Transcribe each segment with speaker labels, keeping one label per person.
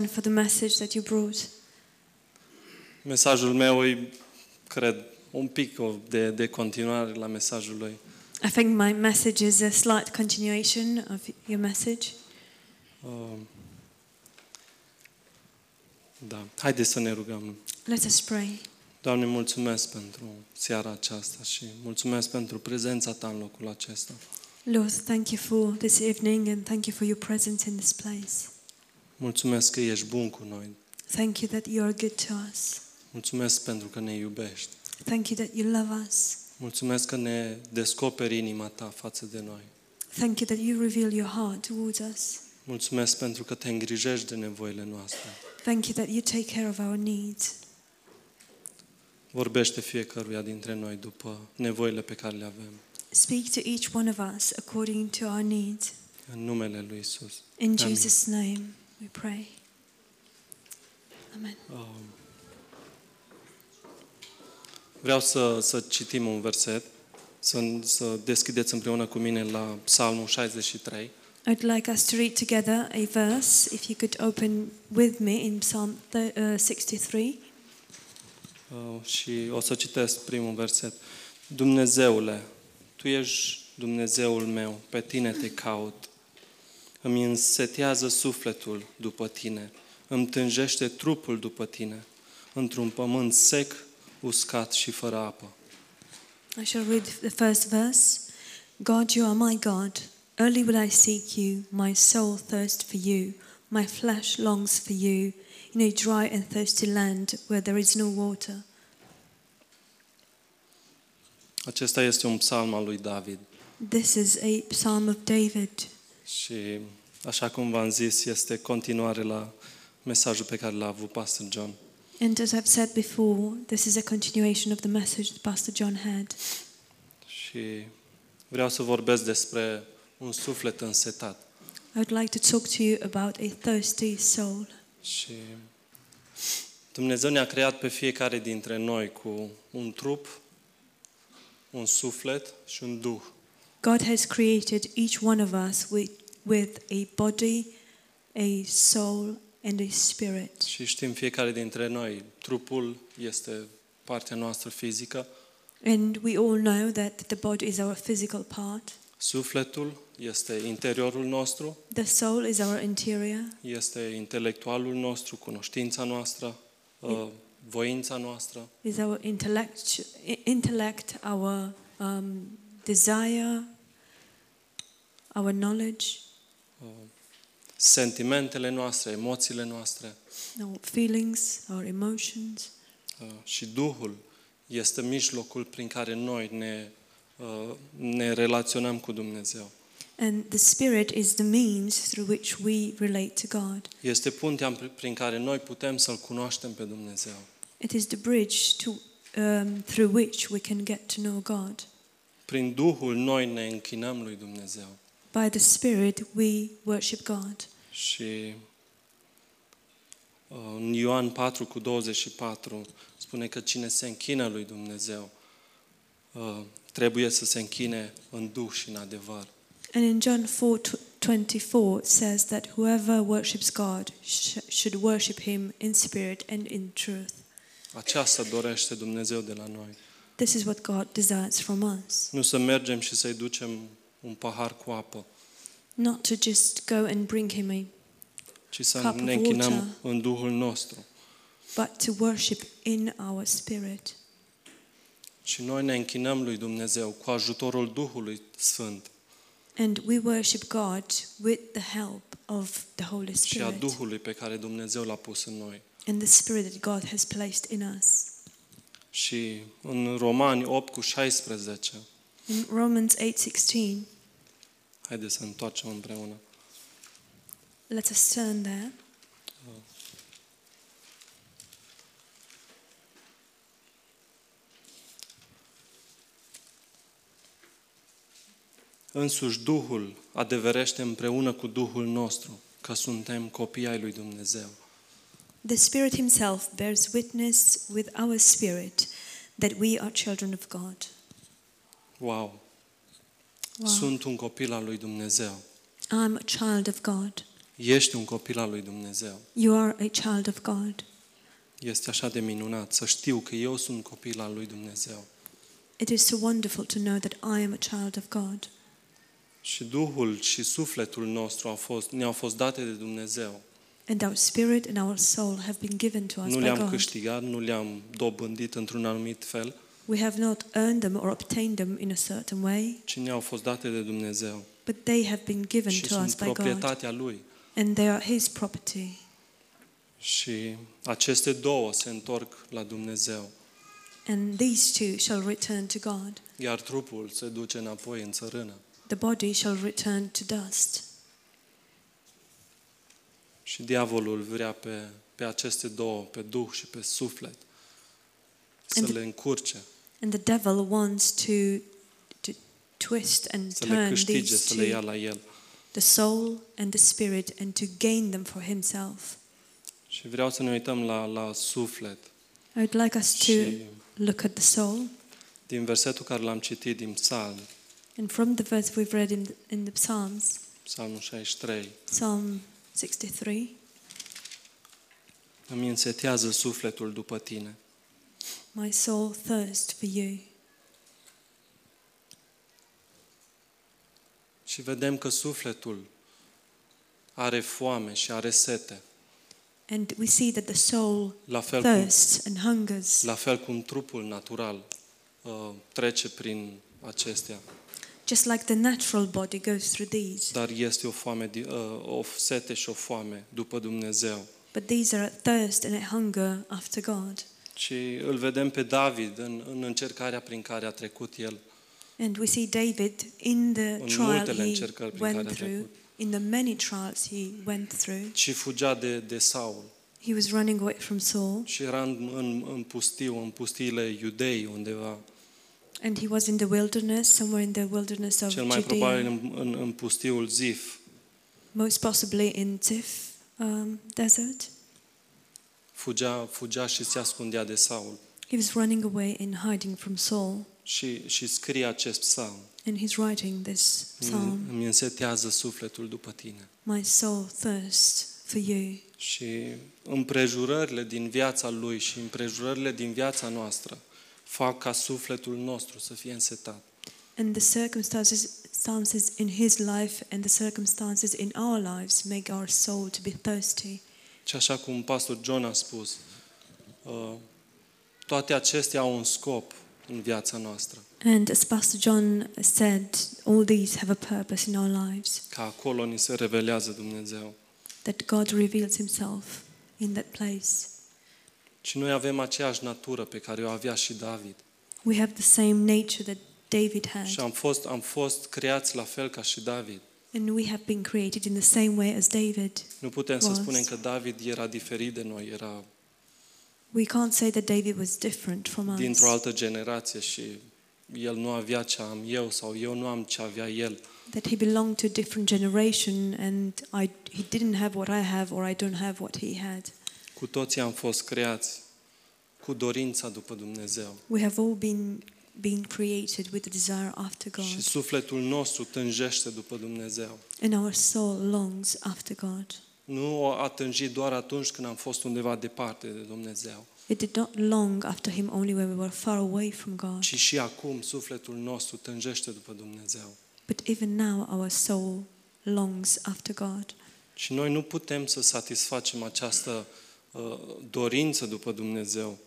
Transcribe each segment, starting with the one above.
Speaker 1: and for the message that you brought.
Speaker 2: Mesajul meu e, cred, un pic o- de, de continuare la mesajul lui.
Speaker 1: I think my message is a slight continuation of your message.
Speaker 2: Uh, Da. Haideți să ne rugăm.
Speaker 1: Let us pray.
Speaker 2: Doamne, mulțumesc pentru seara aceasta și mulțumesc pentru prezența Ta în locul acesta.
Speaker 1: Lord, thank you for this evening and thank you for your presence in this place.
Speaker 2: Mulțumesc că ești bun cu noi.
Speaker 1: Thank you that you are good to us.
Speaker 2: Mulțumesc pentru că ne iubești.
Speaker 1: Thank you that you love us.
Speaker 2: Mulțumesc că ne descoperi inima Ta față de noi.
Speaker 1: Thank you that you reveal your heart towards us.
Speaker 2: Mulțumesc pentru că te îngrijești de nevoile noastre.
Speaker 1: Thank you that you take care of our needs.
Speaker 2: Vorbește fiecăruia dintre noi după nevoile pe care le avem.
Speaker 1: Speak to each one of us according to our needs.
Speaker 2: În numele Lui Isus.
Speaker 1: In
Speaker 2: Amen.
Speaker 1: Jesus' name we pray. Amen.
Speaker 2: Um, Vreau să, să citim un verset, să, să deschideți împreună cu mine la Psalmul 63.
Speaker 1: I'd like us to read together a verse, if you could open with me in Psalm thir- uh, 63.
Speaker 2: Uh, și o să citesc primul verset. Dumnezeule, Tu ești Dumnezeul meu, pe Tine te caut. Îmi însetează sufletul după Tine, îmi tânjește trupul după Tine, într-un pământ sec, uscat și fără apă.
Speaker 1: I shall read the first verse. God, you are my God. Early will I seek you. My soul thirsts for you. My flesh longs for you in a dry and thirsty land where there is no water.
Speaker 2: Acesta este un psalm al lui David
Speaker 1: This is a psalm of David.
Speaker 2: și, așa cum v-am zis, este continuare la mesajul pe care l-a avut Pastor John.
Speaker 1: And as I've said before, this is a continuation of the message that Pastor John had.
Speaker 2: Și vreau să vorbesc despre un suflet însetat.
Speaker 1: I would like to talk to you about a thirsty soul.
Speaker 2: Și Dumnezeu ne-a creat pe fiecare dintre noi cu un trup, un suflet și un duh.
Speaker 1: God has created each one of us with, with a body, a soul, and a spirit.
Speaker 2: Și știm fiecare dintre noi, trupul este partea noastră fizică,
Speaker 1: And we all know that the body is our physical part,
Speaker 2: sufletul este interiorul nostru,
Speaker 1: the soul is our interior,
Speaker 2: este intelectualul nostru, cunoștința noastră, uh, voința noastră
Speaker 1: is our intellect, i- intellect our um, desire, our knowledge,
Speaker 2: uh, sentimentele noastre, emoțiile noastre
Speaker 1: our feelings, our emotions.
Speaker 2: uh, și Duhul este mijlocul prin care noi ne, uh, ne relaționăm cu Dumnezeu.
Speaker 1: And the spirit is the means through which we relate to God.
Speaker 2: Este puntea pr- prin care noi putem să-L cunoaștem pe Dumnezeu.
Speaker 1: It is the bridge to, um, through which we can get to know God.
Speaker 2: Prin Duhul noi ne închinăm lui Dumnezeu.
Speaker 1: By the Spirit, we worship God.
Speaker 2: Și uh, în Ioan 4 cu 24 spune că cine se închină lui Dumnezeu uh, trebuie să se închine în Duh și în adevăr.
Speaker 1: And in John 4 tw- 24, it says that whoever worships God sh- should worship him in spirit and in truth.
Speaker 2: Aceasta dorește Dumnezeu de la noi.
Speaker 1: This is what God desires from us.
Speaker 2: Nu să mergem și să-i ducem un pahar cu apă,
Speaker 1: Not to just go and bring him a,
Speaker 2: ci să
Speaker 1: Cup of
Speaker 2: ne închinăm
Speaker 1: water.
Speaker 2: în Duhul nostru.
Speaker 1: but to worship in our spirit.
Speaker 2: Și noi ne închinăm lui Dumnezeu cu ajutorul Duhului Sfânt.
Speaker 1: And we worship God with the help of the Holy
Speaker 2: și a
Speaker 1: Spirit
Speaker 2: Duhului pe care Dumnezeu l-a pus în noi.
Speaker 1: and the Spirit that God has placed in us.
Speaker 2: Și în Romani 8 cu 16,
Speaker 1: In Romans 8:16,
Speaker 2: haideți să întoarcem împreună.
Speaker 1: let us turn there.
Speaker 2: Însuși Duhul adeverește împreună cu Duhul nostru că suntem copii ai lui Dumnezeu.
Speaker 1: The Spirit himself bears witness with our spirit that we are children of God.
Speaker 2: Wow!
Speaker 1: Wow.
Speaker 2: Sunt un copil al lui Dumnezeu.
Speaker 1: I'm a child of God.
Speaker 2: Ești un copil al lui Dumnezeu.
Speaker 1: You are a child of God.
Speaker 2: Este așa de minunat să știu că eu sunt copil al lui Dumnezeu.
Speaker 1: It is so wonderful to know that I am a child of God.
Speaker 2: Și Duhul și sufletul nostru au fost, ne-au fost date de Dumnezeu.
Speaker 1: And our spirit and our soul have been given to us
Speaker 2: Nu
Speaker 1: by
Speaker 2: le-am
Speaker 1: God.
Speaker 2: câștigat, nu le-am dobândit într-un anumit fel,
Speaker 1: We have not earned them or obtained them in a certain way,
Speaker 2: ci ne-au fost date de Dumnezeu.
Speaker 1: but they have been given
Speaker 2: și
Speaker 1: to us
Speaker 2: sunt
Speaker 1: by God.
Speaker 2: proprietatea Lui.
Speaker 1: And they are His property.
Speaker 2: Și aceste două se întorc la Dumnezeu,
Speaker 1: And these two shall return to God.
Speaker 2: iar trupul se duce înapoi în țărână.
Speaker 1: The body shall return to dust.
Speaker 2: Și diavolul vrea pe, pe aceste două, pe duh și pe suflet, să
Speaker 1: And-
Speaker 2: le încurce,
Speaker 1: And the devil wants to, to twist and
Speaker 2: să le
Speaker 1: turn
Speaker 2: câștige,
Speaker 1: these
Speaker 2: să le ia
Speaker 1: two,
Speaker 2: la el.
Speaker 1: the soul and the spirit, and to gain them for himself.
Speaker 2: Și vreau să ne uităm la, la suflet.
Speaker 1: I would like us to
Speaker 2: Și
Speaker 1: look at the soul.
Speaker 2: din versetul care l-am citit din Psalm,
Speaker 1: And from the verse we've read in the, in the Psalms,
Speaker 2: Psalmul 63,
Speaker 1: Psalm 63,
Speaker 2: îmi însetează sufletul după tine.
Speaker 1: my soul thirsts for you.
Speaker 2: Și vedem că sufletul are foame și are sete,
Speaker 1: And we see that the soul
Speaker 2: la fel
Speaker 1: Da.
Speaker 2: cum
Speaker 1: thirsts and hungers,
Speaker 2: La fel cum trupul natural uh, trece prin acestea,
Speaker 1: just like the natural body goes through these.
Speaker 2: dar este o foame, di- uh, o sete și o foame după Dumnezeu.
Speaker 1: But these are a thirst and a hunger after God.
Speaker 2: Și îl vedem pe David în, în încercarea prin care a trecut el,
Speaker 1: And we see David in the
Speaker 2: în
Speaker 1: trial
Speaker 2: multele
Speaker 1: he
Speaker 2: încercări prin care
Speaker 1: went
Speaker 2: a
Speaker 1: through,
Speaker 2: trecut.
Speaker 1: in the many trials he went through.
Speaker 2: Și fugea de, de Saul.
Speaker 1: He was running away from Saul,
Speaker 2: Și era în, în, în pustiu, în pustiile iudei undeva,
Speaker 1: and he was in the wilderness, somewhere in the wilderness of
Speaker 2: cel mai
Speaker 1: Judea,
Speaker 2: probabil în, în, în pustiul Zif,
Speaker 1: most possibly in Ziph um, desert.
Speaker 2: fugea, fugea și se ascundea de Saul.
Speaker 1: He was running away and hiding from Saul,
Speaker 2: Și, și scrie acest psalm,
Speaker 1: and he's writing this
Speaker 2: îmi,
Speaker 1: psalm
Speaker 2: îmi însetează sufletul după tine.
Speaker 1: My soul thirsts for you.
Speaker 2: Și împrejurările din viața lui și împrejurările din viața noastră fac ca sufletul nostru să fie însetat.
Speaker 1: And the circumstances circumstances in his life and the circumstances in our lives make our soul to be thirsty.
Speaker 2: Și așa cum pastor John a spus, uh, toate acestea au un scop în viața noastră,
Speaker 1: And as Pastor John said, all these have a purpose in our lives,
Speaker 2: ca acolo ni se revelează Dumnezeu.
Speaker 1: that God reveals himself in that place.
Speaker 2: Și noi avem aceeași natură pe care o avea și David.
Speaker 1: We have the same nature that David had,
Speaker 2: Și am fost, am fost creați la fel ca și David.
Speaker 1: and we have been created in the same way as David.
Speaker 2: Nu putem să
Speaker 1: Was.
Speaker 2: spunem că David era diferit de noi, era
Speaker 1: We can't say that David was different from us.
Speaker 2: dintr-o altă generație și el nu avea ce am eu sau eu nu am ce avea el.
Speaker 1: that he belonged to a different generation and I, he didn't have what I have or I don't have what he had.
Speaker 2: Cu toții am fost creați cu dorința după Dumnezeu.
Speaker 1: We have all been been created with a desire after
Speaker 2: Și
Speaker 1: God
Speaker 2: sufletul nostru tânjește după Dumnezeu.
Speaker 1: and our soul longs after God.
Speaker 2: Nu o a tânjit doar atunci când am fost undeva departe de Dumnezeu,
Speaker 1: It did not long after him only when we were far away from God,
Speaker 2: ci și acum sufletul nostru tânjește după Dumnezeu.
Speaker 1: but even now our soul longs after God.
Speaker 2: Și noi nu putem să satisfacem această uh, dorință după Dumnezeu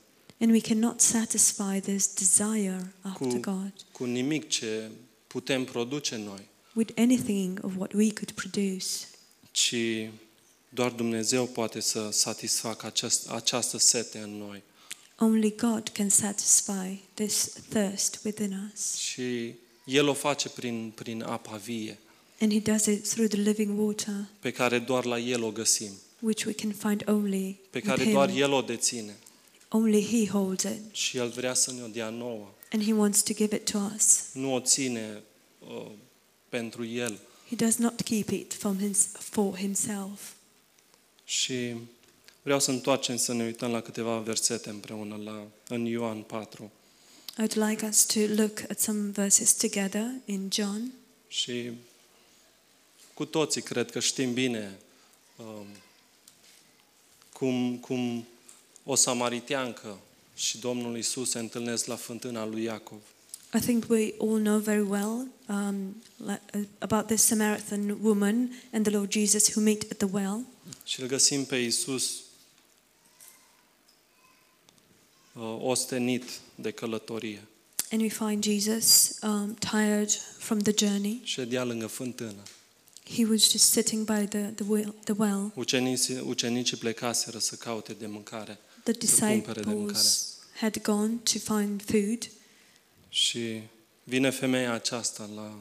Speaker 1: And we cannot satisfy this desire after
Speaker 2: Cu-
Speaker 1: God
Speaker 2: cu nimic ce putem produce noi.
Speaker 1: with anything of what we could produce.
Speaker 2: ci doar Dumnezeu poate să satisfacă acest, această sete în noi.
Speaker 1: Only God can satisfy this thirst within us.
Speaker 2: Și El o face prin, prin apa vie,
Speaker 1: And He does it through the living water,
Speaker 2: pe care doar la El o găsim,
Speaker 1: which we can find only
Speaker 2: pe
Speaker 1: with
Speaker 2: care
Speaker 1: Him.
Speaker 2: doar El o deține.
Speaker 1: Only He holds it,
Speaker 2: Și El vrea să ne o dea nouă.
Speaker 1: and He wants to give it to us.
Speaker 2: Nu o ține uh, pentru El.
Speaker 1: He does not keep it from his, for Himself.
Speaker 2: Și vreau să întoarcem să ne uităm la câteva versete împreună, la, în Ioan 4.
Speaker 1: I'd like us to look at some verses together in John.
Speaker 2: Și cu toții cred că știm bine um, cum, cum o samariteancă și Domnul Isus se întâlnesc la fântâna lui Iacov.
Speaker 1: I think we all know very well um, li- uh, about this Samaritan woman and the Lord Jesus who meet at the well.
Speaker 2: Și îl găsim pe Iisus uh, ostenit de călătorie,
Speaker 1: And we find Jesus um, tired from the journey.
Speaker 2: ședea lângă fântână.
Speaker 1: He was just sitting by the, the, well, the well.
Speaker 2: Ucenicii, ucenicii plecaseră să caute de mâncare
Speaker 1: The
Speaker 2: cumpere de
Speaker 1: disciples had gone to find food.
Speaker 2: și vine femeia aceasta la,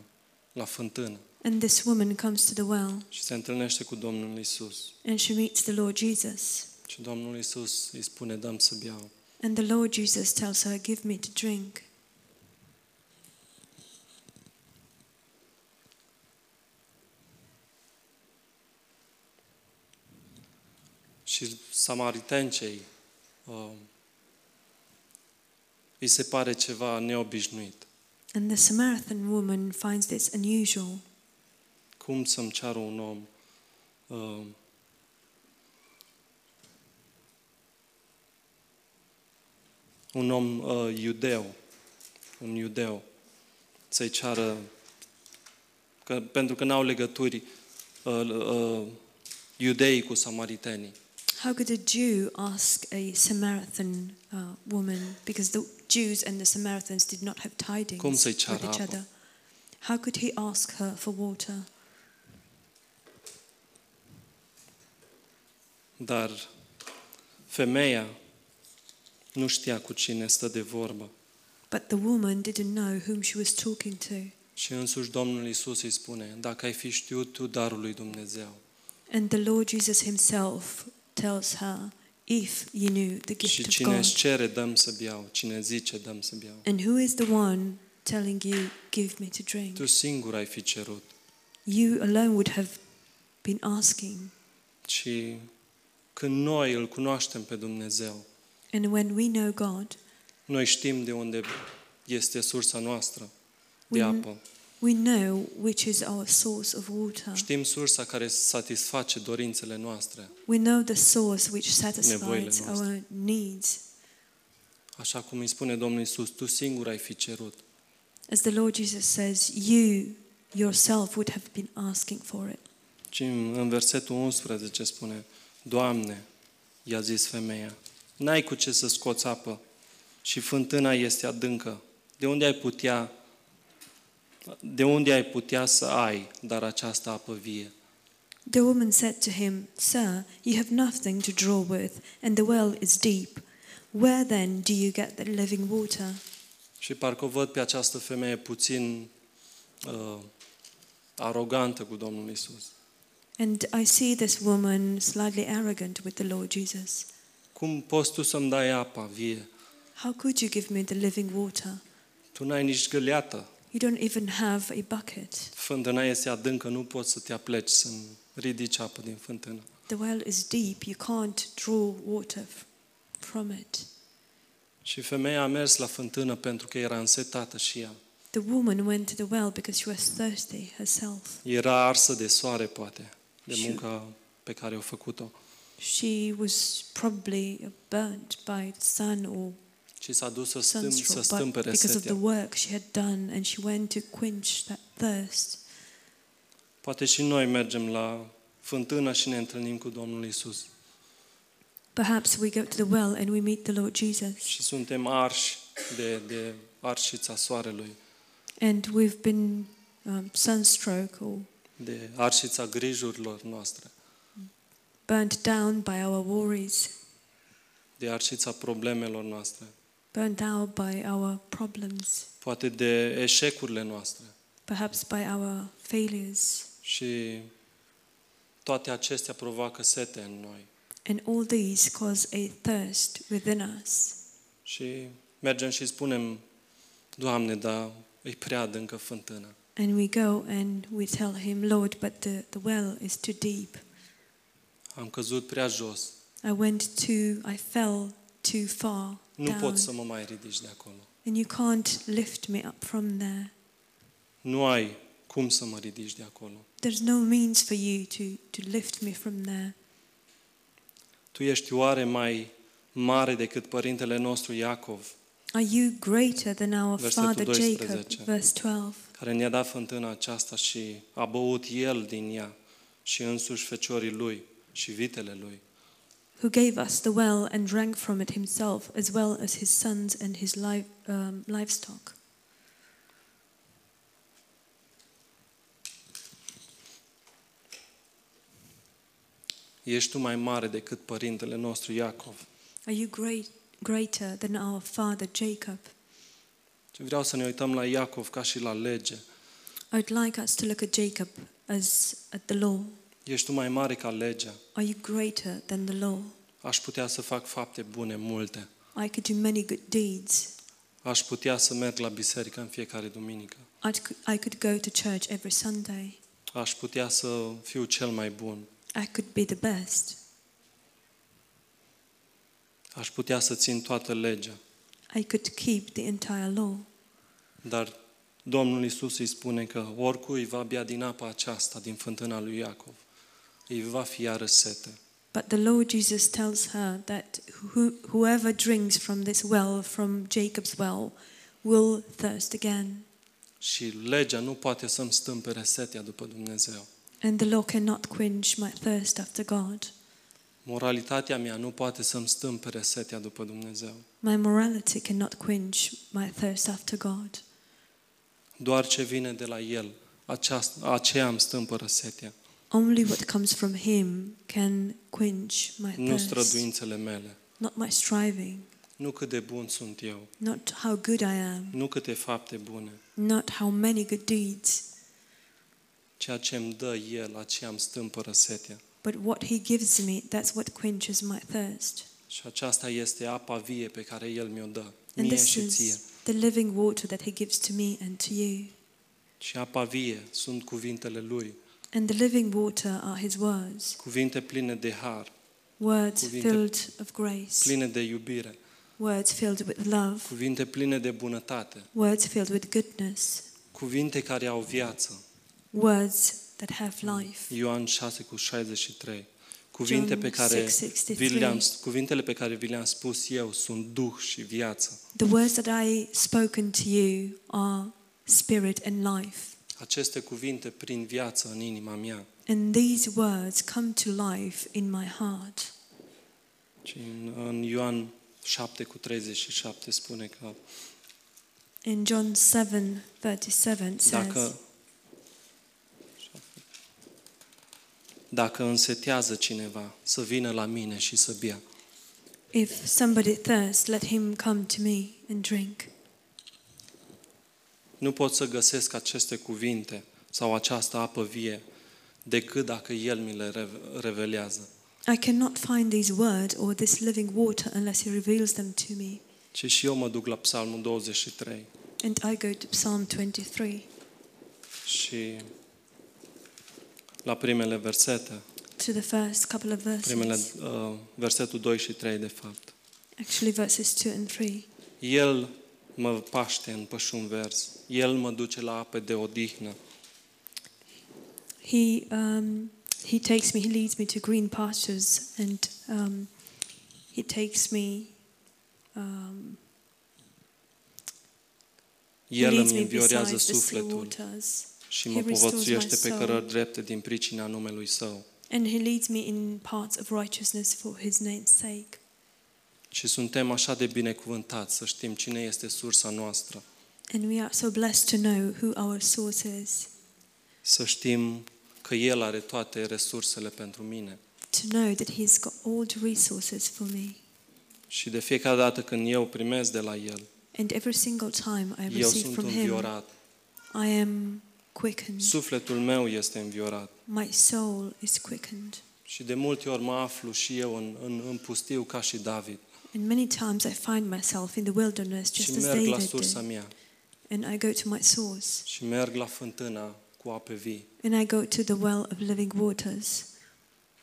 Speaker 2: la fântână
Speaker 1: And this woman comes to the well
Speaker 2: și se întâlnește cu Domnul Isus.
Speaker 1: and she meets the Lord Jesus.
Speaker 2: Și Domnul Isus îi spune, dăm să beau.
Speaker 1: And the Lord Jesus tells her, Give me to drink.
Speaker 2: Și samaritencei uh, îi se pare ceva neobișnuit.
Speaker 1: And the Samaritan woman finds this unusual.
Speaker 2: Cum să-mi ceară un om uh, un om uh, iudeu, un iudeu, să-i ceară, că, pentru că n-au legături uh, uh, iudeii cu samaritenii.
Speaker 1: How could a Jew ask a Samaritan uh, woman? Because the Jews and the Samaritans did not have tidings
Speaker 2: Cum să-i
Speaker 1: with
Speaker 2: ceară
Speaker 1: each
Speaker 2: apă?
Speaker 1: other. How could he ask her for water?
Speaker 2: Dar femeia nu știa cu cine stă de vorbă.
Speaker 1: But the woman didn't know whom she was talking to.
Speaker 2: Și însuși Domnul Isus îi spune, dacă ai fi știut tu darul lui Dumnezeu
Speaker 1: And the Lord Jesus himself tells her, If you knew the
Speaker 2: și
Speaker 1: gift of
Speaker 2: cine
Speaker 1: God.
Speaker 2: îți cere, dăm să beau, cine zice, dăm să beau.
Speaker 1: And who is the one telling you, Give me to drink?
Speaker 2: Tu singur ai fi cerut
Speaker 1: You alone would have been asking.
Speaker 2: și când noi îl cunoaștem pe Dumnezeu,
Speaker 1: And when we know God,
Speaker 2: noi știm de unde este sursa noastră de
Speaker 1: We-
Speaker 2: apă.
Speaker 1: we know which is our source of water.
Speaker 2: Știm sursa care satisface dorințele noastre,
Speaker 1: We know the source which
Speaker 2: Nevoile
Speaker 1: satisfies
Speaker 2: noastre.
Speaker 1: our needs.
Speaker 2: așa cum îi spune Domnul Isus, tu singur ai fi cerut.
Speaker 1: As the Lord Jesus says, you yourself would have been asking for it.
Speaker 2: Și în în versetul 11 spune, Doamne, i-a zis femeia, n-ai cu ce să scoți apă și fântâna este adâncă. De unde ai putea, de unde ai putea să ai, dar această apă vie?
Speaker 1: The woman said to him, Sir, you have nothing to draw with, and the well is deep. Where then do you get the living water?
Speaker 2: Și parcă o văd pe această femeie puțin uh, arogantă cu Domnul Isus.
Speaker 1: And I see this woman slightly arrogant with the Lord Jesus.
Speaker 2: Cum poți tu să-mi dai apa vie?
Speaker 1: How could you give me the living water?
Speaker 2: Tu n-ai nici găleată.
Speaker 1: You don't even have a bucket.
Speaker 2: Fântâna este adâncă, nu poți să te apleci să-mi ridici apă din fântână.
Speaker 1: The well is deep. You can't draw water f- from it.
Speaker 2: Și femeia a mers la fântână pentru că era însetată și ea.
Speaker 1: The woman went to the well because she was thirsty herself.
Speaker 2: Era arsă de soare, poate, de
Speaker 1: Și-
Speaker 2: munca pe care o făcut-o.
Speaker 1: She was probably burnt by the sun or
Speaker 2: Și s-a dus să, stâm, să
Speaker 1: sunstroke but
Speaker 2: stâmpere
Speaker 1: because of the
Speaker 2: setea.
Speaker 1: work she had done, and she went to quench that thirst.
Speaker 2: Poate și noi mergem la fântână și ne întâlnim cu Domnul Isus.
Speaker 1: Perhaps we go to the well and we meet the Lord Jesus,
Speaker 2: Și suntem arși de, de arșița soarelui,
Speaker 1: and we've been um, sunstroke or
Speaker 2: de arșița grijurilor noastre,
Speaker 1: burnt down by our worries,
Speaker 2: de arșița problemelor noastre,
Speaker 1: burnt out by our problems,
Speaker 2: poate de eșecurile noastre.
Speaker 1: perhaps by our failures.
Speaker 2: Și toate acestea provoacă sete în noi.
Speaker 1: And all these cause a thirst within us.
Speaker 2: Și mergem și spunem, Doamne, dar e prea adâncă fântână.
Speaker 1: And we go and we tell him, Lord, but the, the well is too deep.
Speaker 2: Am căzut prea jos.
Speaker 1: I went too, I fell too far
Speaker 2: Nu
Speaker 1: down.
Speaker 2: pot să mă mai ridici de acolo.
Speaker 1: And you can't lift me up from there.
Speaker 2: Nu ai cum să mă ridici de acolo.
Speaker 1: There's no means for you to, to lift me from there.
Speaker 2: Tu ești oare mai mare decât părintele nostru Iacov,
Speaker 1: Are you greater than our
Speaker 2: Versetul
Speaker 1: father Jacob?
Speaker 2: 12.
Speaker 1: Verse 12.
Speaker 2: care ne-a dat fântâna aceasta și a băut el din ea și însuși feciorii lui și vitele lui.
Speaker 1: Who gave us the well and drank from it himself, as well as his sons and his live, um, livestock.
Speaker 2: Ești tu mai mare decât părintele nostru Iacov.
Speaker 1: Are you great, greater than our father Jacob?
Speaker 2: Și vreau să ne uităm la Iacov ca și la lege.
Speaker 1: I would like us to look at Jacob as at the law.
Speaker 2: Ești tu mai mare ca legea.
Speaker 1: Are you greater than the law?
Speaker 2: Aș putea să fac fapte bune multe.
Speaker 1: I could do many good deeds.
Speaker 2: Aș putea să merg la biserică în fiecare duminică.
Speaker 1: I'd, I could go to church every Sunday.
Speaker 2: Aș putea să fiu cel mai bun.
Speaker 1: I could be the best.
Speaker 2: Aș putea să țin toată legea.
Speaker 1: I could keep the entire law.
Speaker 2: Dar Domnul Isus îi spune că oricui va bea din apa aceasta, din fântâna lui Iacov, îi va fi iară sete.
Speaker 1: But the Lord Jesus tells her that who, whoever drinks from this well, from Jacob's well, will thirst again.
Speaker 2: Și legea nu poate să-mi stâmpere setea după Dumnezeu.
Speaker 1: And the law cannot quench my thirst after God.
Speaker 2: Moralitatea mea nu poate să-mi stâmpere setea după Dumnezeu.
Speaker 1: My morality cannot quench my thirst after God.
Speaker 2: Doar ce vine de la El, aceasta, aceea îmi stâmpără setea,
Speaker 1: Only what comes from Him can quench my
Speaker 2: nu
Speaker 1: thirst.
Speaker 2: străduințele mele,
Speaker 1: Not my striving,
Speaker 2: nu cât de bun sunt eu,
Speaker 1: not how good I am,
Speaker 2: nu câte fapte bune.
Speaker 1: not how many good deeds,
Speaker 2: Ceea ce îmi dă El, aceea îmi stâmpără setea.
Speaker 1: but what He gives me, that's what quenches my thirst.
Speaker 2: Și aceasta este apa vie pe care El mi-o dă,
Speaker 1: And
Speaker 2: mie
Speaker 1: this
Speaker 2: și ție.
Speaker 1: is the living water that He gives to me and to you.
Speaker 2: Și apa vie sunt cuvintele Lui,
Speaker 1: And the living water are His words,
Speaker 2: cuvinte pline de har,
Speaker 1: words
Speaker 2: Cuvinte
Speaker 1: filled of grace,
Speaker 2: pline de iubire,
Speaker 1: words filled with love,
Speaker 2: cuvinte pline de bunătate,
Speaker 1: words filled with goodness,
Speaker 2: cuvinte care au viață.
Speaker 1: words that have life.
Speaker 2: Ioan 6 cu 63. Cuvinte pe care
Speaker 1: 6:63.
Speaker 2: vi le-am, cuvintele pe care vi le-am spus eu sunt duh și viață.
Speaker 1: The words that I spoken to you are spirit and life.
Speaker 2: Aceste cuvinte prin viață în inima mea.
Speaker 1: And these words come to life in my heart.
Speaker 2: Și în, în Ioan 7 cu 37 spune că
Speaker 1: In John 7:37 it says,
Speaker 2: Dacă, dacă însetează cineva să vină la mine și să bea,
Speaker 1: If somebody thirsts, let him come to me and drink.
Speaker 2: nu pot să găsesc aceste cuvinte sau această apă vie decât dacă El mi le re- revelează.
Speaker 1: I cannot find these words or this living water unless he reveals them to me.
Speaker 2: Și și eu mă duc la Psalmul 23
Speaker 1: And I go to Psalm 23,
Speaker 2: și la primele versete,
Speaker 1: to the first couple of
Speaker 2: primele,
Speaker 1: verses,
Speaker 2: uh, versetul 2 și 3 de fapt.
Speaker 1: actually verses 2 and 3.
Speaker 2: El mă paște în pășun vers, El mă duce la ape de odihnă,
Speaker 1: He, um, he takes me, he leads me to green pastures, and um, he takes me, um, he
Speaker 2: El
Speaker 1: leads
Speaker 2: îmi
Speaker 1: me beside
Speaker 2: înviorează
Speaker 1: the still
Speaker 2: sufletul
Speaker 1: waters,
Speaker 2: și
Speaker 1: He
Speaker 2: mă
Speaker 1: restores my
Speaker 2: povățuiește pe
Speaker 1: soul.
Speaker 2: cărări drepte din pricina numelui Său.
Speaker 1: and he leads me in paths of righteousness for his name's sake.
Speaker 2: Și suntem așa de binecuvântați să știm cine este sursa noastră,
Speaker 1: And we are so blessed to know who our source is.
Speaker 2: să știm că El are toate resursele pentru mine.
Speaker 1: to know that He's got all the resources for me.
Speaker 2: Și de fiecare dată când eu primesc de la El,
Speaker 1: And every single time I
Speaker 2: eu
Speaker 1: receive
Speaker 2: sunt
Speaker 1: from Him,
Speaker 2: înviorat,
Speaker 1: I am quickened.
Speaker 2: sufletul meu este înviorat.
Speaker 1: My soul is quickened.
Speaker 2: Și de multe ori mă aflu și eu în, în, în pustiu ca și David
Speaker 1: And many times I find myself in the wilderness
Speaker 2: și
Speaker 1: just as
Speaker 2: merg la
Speaker 1: David
Speaker 2: sursa
Speaker 1: did.
Speaker 2: mea
Speaker 1: And I go to my source.
Speaker 2: și merg la fântâna cu ape vii,
Speaker 1: And I go to the well of living waters,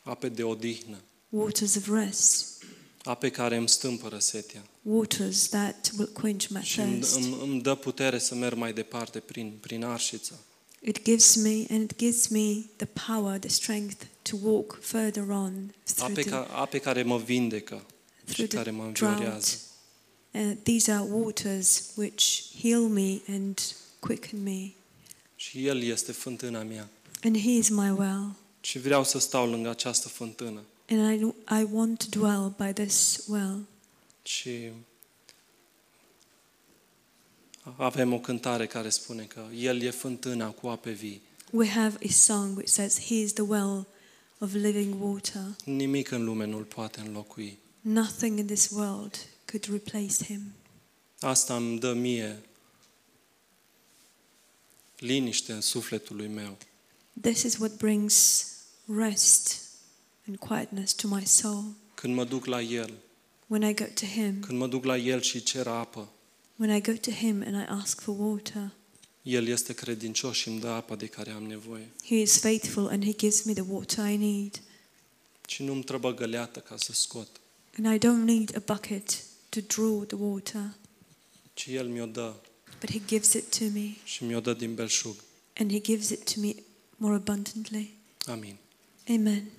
Speaker 2: ape de odihnă,
Speaker 1: waters of rest,
Speaker 2: ape care îmi stâmpără setea.
Speaker 1: waters that will quench my
Speaker 2: Și îmi,
Speaker 1: thirst.
Speaker 2: îmi, îmi dă putere să merg mai departe prin, prin arșiță.
Speaker 1: It gives me and it gives me the power, the strength to walk further on through
Speaker 2: ape,
Speaker 1: the,
Speaker 2: ca, ape care mă vindecă și
Speaker 1: through
Speaker 2: care mă
Speaker 1: the
Speaker 2: înviorează.
Speaker 1: drought. Uh, these are waters which heal me and quicken me.
Speaker 2: Și El este fântâna mea.
Speaker 1: And He is my well.
Speaker 2: Și vreau să stau lângă această fântână.
Speaker 1: And I, I want to dwell by this well.
Speaker 2: Și avem o cântare care spune că El e fântâna cu ape vii.
Speaker 1: We have a song which says, He is the well of living water.
Speaker 2: Nimic în lume nu-L poate înlocui.
Speaker 1: Nothing in this world could replace Him.
Speaker 2: Asta îmi dă mie liniște în sufletul lui meu.
Speaker 1: This is what brings rest and quietness to my soul.
Speaker 2: Când mă duc la El,
Speaker 1: When I go to Him,
Speaker 2: când mă duc la El și cer apă,
Speaker 1: when I go to Him and I ask for water,
Speaker 2: El este credincios și îmi dă apa de care am nevoie.
Speaker 1: He is faithful and He gives me the water I need.
Speaker 2: Și nu-mi trebuie găleată ca să scot,
Speaker 1: And I don't need a bucket to draw the water,
Speaker 2: ci El mi-o dă
Speaker 1: but He gives it to me,
Speaker 2: și mi-o dă din belșug.
Speaker 1: and He gives it to me more abundantly.
Speaker 2: Amin.
Speaker 1: Amen.